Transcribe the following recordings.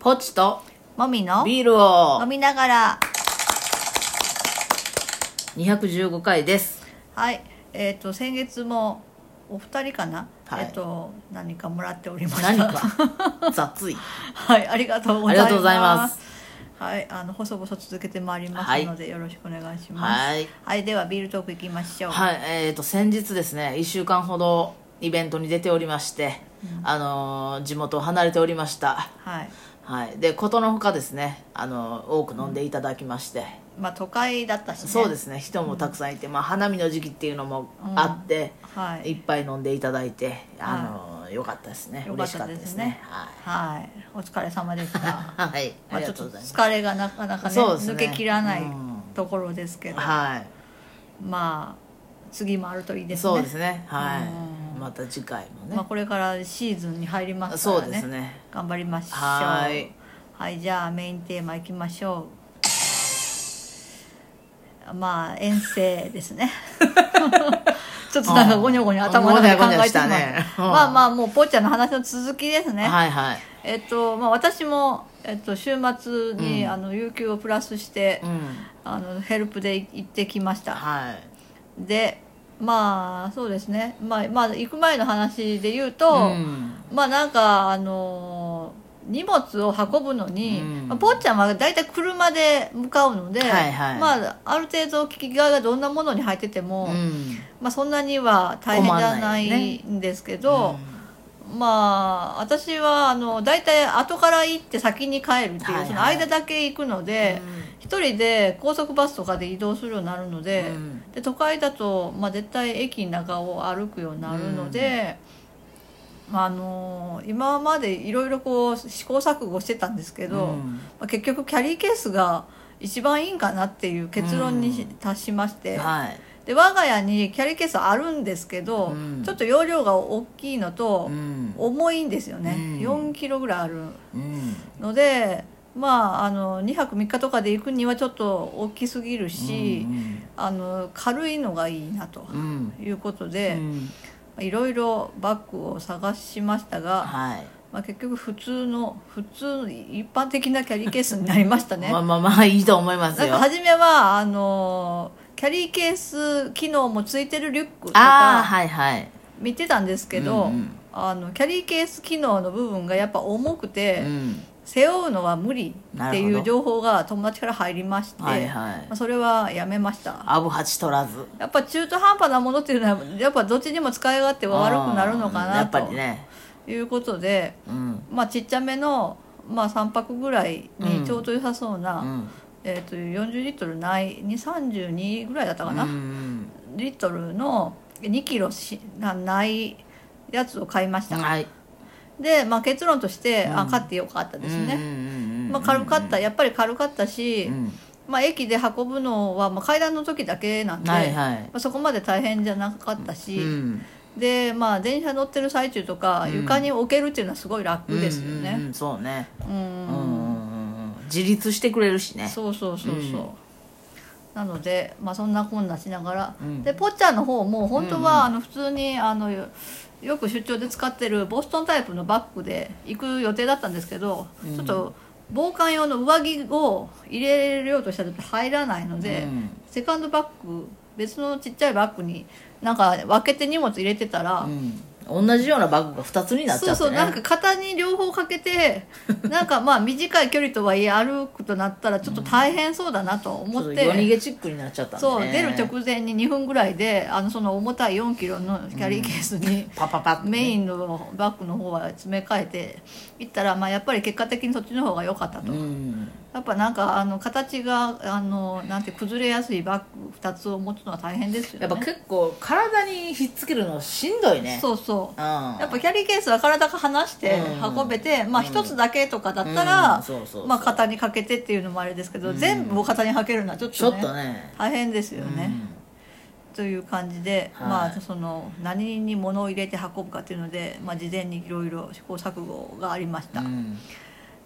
ホッチともみのビールを飲みながら215回ですはいえっ、と先月もお二人かな、はいえっ、と何かもらっておりました何か雑い はいありがとうございまあすりがとうございますはいあの細々続けてまいりますので、よろしくお願いしますはいはいではビールトークいきましょうはいえー、と先日ですね1週間ほどイベントに出ておりまして、あのー地元を離れておりましたはいはいでことのほかですね、あのー多く飲んでいただきまして、まあ都会だったしねそうですね人もたくさんいて、まあ、花見の時期っていうのもあって、はいっぱい飲んでいただいて、あのーよかったですねよか嬉っしかたったでですすねねはいはいお疲れ様でした はい、まあありがちょっととうございます。疲れがなかなかねそうですね抜けきらないうんところですけど、はまあ次もあるといいい、ですねそうですね、はうい、また次回もね。まあ、これからシーズンに入りますかそらうねですね。頑張りましょうはいはいじゃあメインテーマいきましょうまあ遠征で すねちょっとなんかゴニョゴニョ頭の中で考えてしまううんゴニョゴニョしたねうんまあまあもうぽっちゃんの話の続きですね、はいはい。えっとまあ私も、えっと、週末に、うんあの有給をプラスして、うん、あのヘルプで行ってきましたはい。でまあそうですね、まあ、まあ行く前の話で言うと、うんまあなんかあのー荷物を運ぶのに、うんまあぽっちゃんは大体車で向かうので、はいはいまあ、ある程度機器側がどんなものに入ってても、うんまあ、そんなには大変じゃ困らなないよねいんですけど、まあ私はあの大体後から行って先に帰るっていはう、いはいその間だけ行くので、一人で高速バスとかで移動するようになるので。うんで都会だと、まあ、絶対駅の中を歩くようになるので、まあ、あの今までいろいろこう試行錯誤してたんですけど、うんまあ、結局キャリーケースが一番いいんかなっていう結論にしうん達しまして、はい。で我が家にキャリーケースあるんですけど、うんちょっと容量が大きいのとうん重いんですよね、うん4キロぐらいあるうんので、まあ、あの2泊3日とかで行くにはちょっと大きすぎるし。うんあの軽いのがいいなとうんいうことうでんいろいろバッグを探しましたが、はい。まあ、結局普通の普通一般的なキャリーケースになりましたね。まあなんまあ まあいいと思いますよ。か初めはあのキャリーケース機能もついてるリュックとああかはいはい。見てたんですけど、うんうんあのキャリーケース機能の部分がやっぱ重くて、うん背負うのは無理ってなるいほどう情報が友達から入りまして、はいはいまあそれはやめました。アブハチ取らず。やっぱ中途半端なものっていうのはやっぱどっちにも使い勝手は悪くなるのかうんやなっぱりとね。いうことで、うんまあ、ちっちゃめの、まあ、3泊ぐらいにちょうど良さそうな、うんえー、と40リットルない232ぐらいだったかな、うんリットルの2キロしなないやつを買いました、はい。で、まあ、結論として、あ買ってよかったですうんうね、んうんうんまあ、軽かったやっぱり軽かったし、うんまあ、駅で運ぶのは、まあ、階段の時だけなんで、はいはいまあ、そこまで大変じゃなかったし、うんでまあ電車乗ってる最中とかうん床に置けるっていうのはすごい楽ですようんうんねうんそうね。うんうんうんうんうん自立してくれるしねそうそうそうそう、うんなので、まあ、そんなこんなしながら、うんでポッチャーの方も本当は、あの普通にあのよよく出張で使ってるボストンタイプのバッグで行く予定だったんですけど、ちょっと防寒用の上着を入れようとしたらちょっと入らないので、うんセカンドバッグ別のちっちゃいバッグになんか分けて荷物入れてたら、うん同じようなバッグが2つになっちゃって、ね、そうそうなんか肩に両方か けてなんかまあ短い距離とはいえ歩くとなったらちょっと大変そうだなと思って、夜逃げチックになっちゃったんで、ね、そう出る直前に2分ぐらいであのその重たい4キロのキャリーケースに、パパパッとね、メインンのバッグの方は詰め替えて行ったら、まあ、やっぱり結果的にそっちの方が良かったと、うんやっぱなんかあの形があのなんて崩れやすいバッグ2つを持つのは大変ですよねやっぱ結構体にひっつけるのしんどいねう、そうそううん、ややっぱキャリーケースは体が離してうん運べて、まあうん一つだけとかだったうんらそうそうそう、まあ肩にかけてっていうのもあれですけど、うん全部を肩にかけるのはちょっちょとっねとね大変ですよね、うんという感じで、はいまあその何に物を入れて運ぶかっていうので、まあ、事前にいろいろ試行錯誤がありました、うん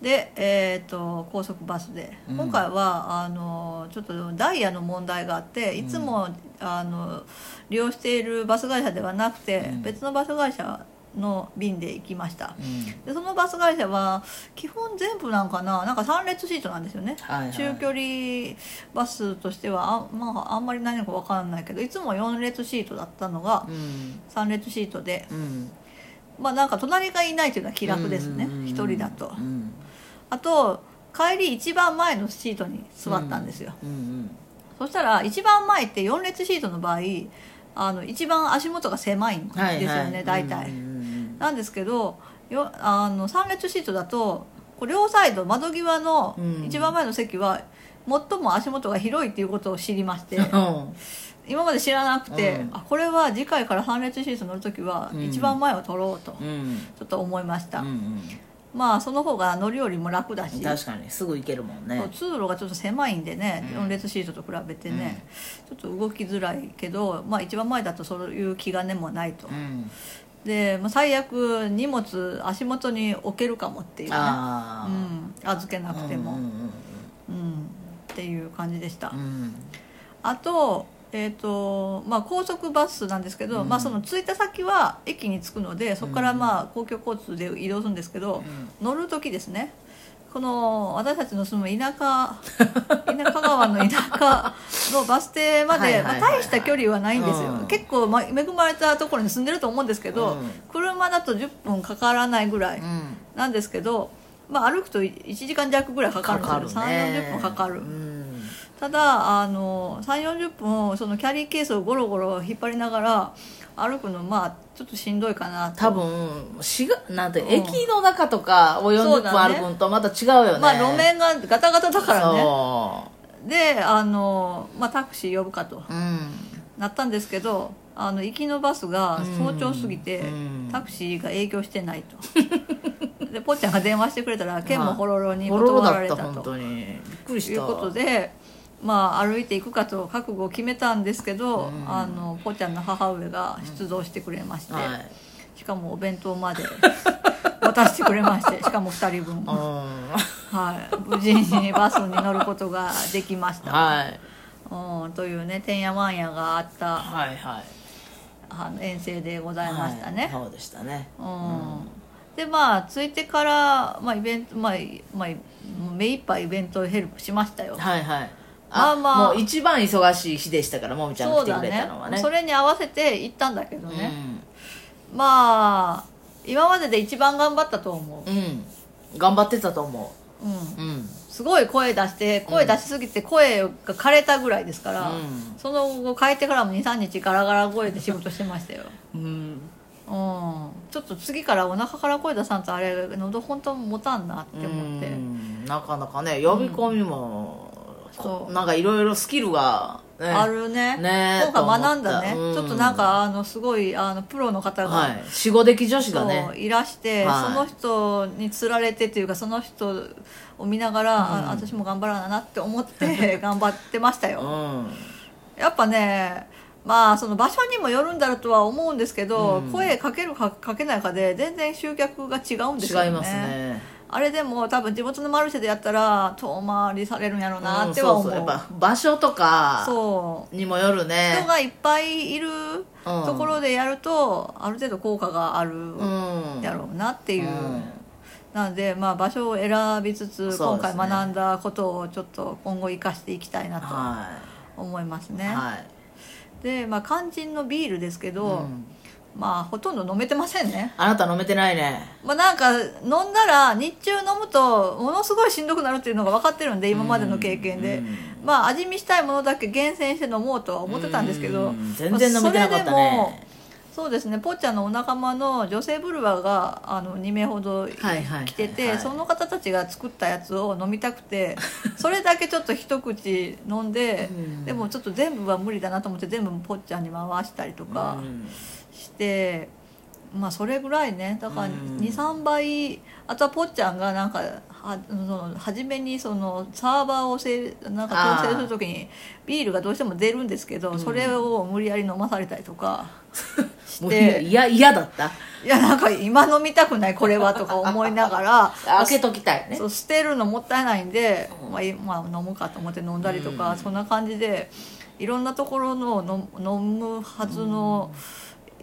で、えー、と高速バスで、うん今回はあのちょっとダイヤの問題があっていつも、あの利用しているバス会社ではなくて、うん別のバス会社の便で行きましたうんでそのバス会社は基本全部なんかななんか3列シートなんですよね、はいはい中距離バスとしてはあ,、まあ、あんまり何か分かんないけどいつも4列シートだったのがうん3列シートでうんまあなんか隣がいないというのは気楽ですねうんうんうん一人だとうんあと帰り一番前のシートに座ったんですよ、うんうんそしたら一番前って4列シートの場合あの一番足元が狭いんですよね、はいはい大体、うんうんなんですけどよあの3列シートだとこう両サイド窓際のうん一番前の席は最も足元が広いっていうことを知り まして、うん今まで知らなくて、うんあこれは次回から3列シート乗る時はうん一番前を取ろうと、うんうんちょっと思いました、うんまあその方が乗り降りも楽だうんし確かにすぐ行けるもんねそう通路がちょっと狭いんでね、うん4列シートと比べてね、ちょっと動きづらいけど、まあ、一番前だとそういう気兼ねもないと、うんで、まあ、最悪荷物足元に置けるかもっていうねあうん、預けなあくても、ううんんうんっていう感じでした、うんあと,、えーとまあ、高速バスなんですけど、うんまあ、その着いた先は駅に着くのでそこからまあ公共交通で移動するんですけど、乗る時ですねこの私たちの住む田舎 田舎川の田舎のバス停まはいはいはいはでいまあ大した距離はないんですよ、うん結構、まあ、恵まれたところに住んでると思うんですけうど、ん車だと10分かからないぐらい、うんなんですけど、まあ、歩くと1時間弱ぐらいかかるんですよ3 4 0分かかる、うんただあの3 4 0分をそのキャリーケースをゴロゴロ引っ張りながら歩くのまあちょっとしんどいかなと多分しがなんて、ん駅の中とかをそ40分うだね歩くんとまた違うよねまあ路面がガタガタだからねそであの、まあ、タクシー呼ぶかとううんなったんですけどあの行きのバスが早朝過ぎて、うんタクシーが営業してないと でぽっちゃんが電話してくれたら県もほろろにボロロ断らだれったたと本当にびっくりしとたいうことで、まあ、歩いていくかと覚悟を決めたんですけど、うんあのぽちゃんの母上が出動してくれまして、はいしかもお弁当まで 渡してくれましてしかも2人分、うん はい、無事にバスに乗ることができました、はいうん、というねてんやわんやがあったはいはいあの遠征でございましたはいね、そうでしたねうんでまあ着いてから、まあ、イベント、まあまあ、目いっぱいイベントをヘルプしましたよはいはいまあまあもう一番忙しい日でしたからもみちゃんそが来うてだくれねたのはねそれに合わせて行ったんだけどね、ねまあ今までで一番頑張ったと思うん、うん、頑張ってたと思う、うん、ううんすごい声出して声出しすぎて声が枯れたぐらいですから、うんその後帰ってからも23日ガラガラ声で仕事してましたようんうんちょっと次からお腹から声出さんとあれ喉本当持たんなって思って、うんなかなかね呼び込みも、こそうなんかいろいろスキルが、ね、あるねねえ今回学んだね、と思ったちょっとなんかあのすごいあのプロの方が、はい45的女子そがうねいらして、はいその人につられてというかその人を見ながら、あ私も頑張らななって思っ て頑張ってましたうよんやっぱねまあその場所にもよるんだろうとは思うんですけど、うん声かけるかかけないかで全然集客が違うんですよね違いますねあれでも多分地元のマルシェでやったら遠回りされるんやろうなってはうん思う,、そうそうやっそうぱ場所とかにもよる人ねがいっぱいいるところでやると、ある程度効果があるうんやろうなっていうう、んなので、まあ、場所を選びつつ、そう今ですね回学んだことをちょっと今後生かしていきたいなはと思いますいね、はいで、まあ、肝心のビールですけど、うんまあほとんど飲めてませんねあなた飲めてないねまあなんか飲んだら日中飲むとものすごいしんどくなるっていうのが分かってるんで今までの経験で、うんまあ味見したいものだけ厳選して飲もうとは思ってたんですけど、うん全然飲めてなかったねそうですねぽっちゃんのお仲間の女性ブルワーがあの2名ほどいはいはい来てはいはいてその方たちが作ったやつを飲みたく てそれだけちょっと一口飲んで、うんでもちょっと全部は無理だなと思って全部ぽっちゃんに回したりとかうんして、まあそれぐらいねだからうん23倍あとはぽっちゃんがなんかはその初めにそのサーバーをせなんかあー調整する時にビールがどうしても出るんですけど、それを無理やり飲まされたりと かしもうて。いや嫌だったいやなんか今飲みたくないこれはとか思いながら開けときたいねそう捨てるのもったいないんで、まあいまあ、飲むかと思って飲んだりとか、そんな感じでいろんなところの飲飲むはずの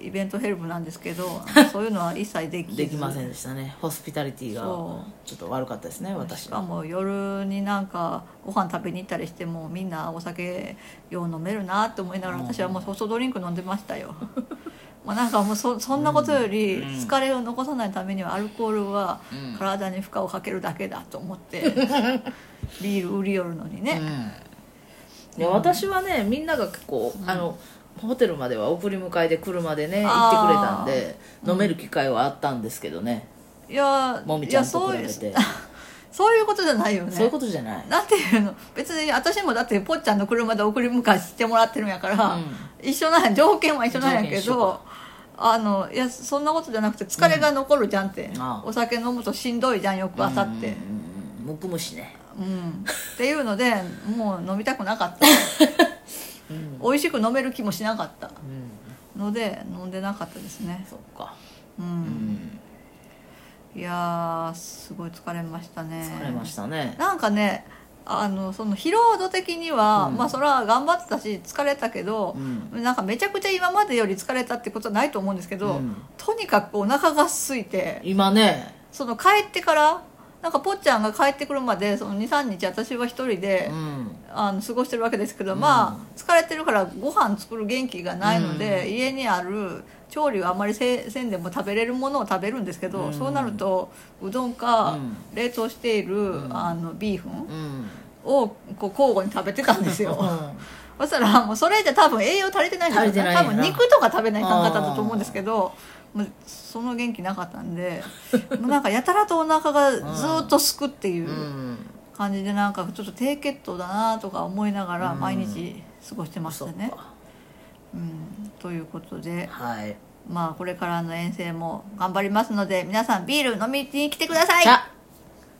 イベントヘルプなんですけど そういうのは一切できずできませんでしたねホスピタリティがそちょっと悪かったですねし私かはも夜になんかご飯食べに行ったりしてもみんなお酒よう飲めるなって思いながらうん私はもうソフトドリンク飲んでましたよ まあなんかもうそそんなことよりうんうん疲れを残さないためにはアルコールはうん体に負荷をかけるだけだと思って ビール売り寄るのにうね、んいや私はねみんなが結構、あのホテルまでは送り迎えで車でね行あってーくれたんで飲める機会はあったんですけどね、いやもみいちゃやんとそう比いべうて そういうことじゃないよねそういうことじゃないなんていうの別に私もだってぽっちゃんの車で送り迎えしてもらってるんやから、うん一緒なんや条件は一緒なんやけ条件一緒どかあのいやそんなことじゃなくて疲れが残るじゃんって、んああお酒飲むとしんどいじゃん翌朝って、うんむくむしねうんっていうのでもう飲みたくなかった、 美味しく飲める気もしなかったうんので飲んでなかったですねそっかうん、うんいやーすごい疲れましたね疲れましたねなんかねあのその疲労度的には、うんまあそれは頑張ってたし疲れたけど、なんかめちゃくちゃ今までより疲れたってことはないと思うんですけど、うんとにかくお腹が空いて今ねその帰ってからなんかぽっちゃんが帰ってくるまでその23日私は一人でう、んあの過ごしてるわけですけど、うんまあ疲れてるからご飯作る元気がないので、う家にある調理はあまりせせんでも食べれるものを食べるんですけど、うんそうなるとうどんか、うん冷凍している、んあのビーフン、うんをこう交互に食べてたんですうよん そしたらもうそれじゃ多分栄養足りてないんですよ足りてないんや多な分肉とか食べない感方だと思うんですけどもうその元気なかったんで もうなんかやたらとお腹がずーっとすくっていううん感じでなんかちょっと低血糖だなとか思いながらうん毎日過ごしてましたそっね、かうん、ということではいまあこれからの遠征も頑張りますので皆さんビール飲みに来てくださいじゃ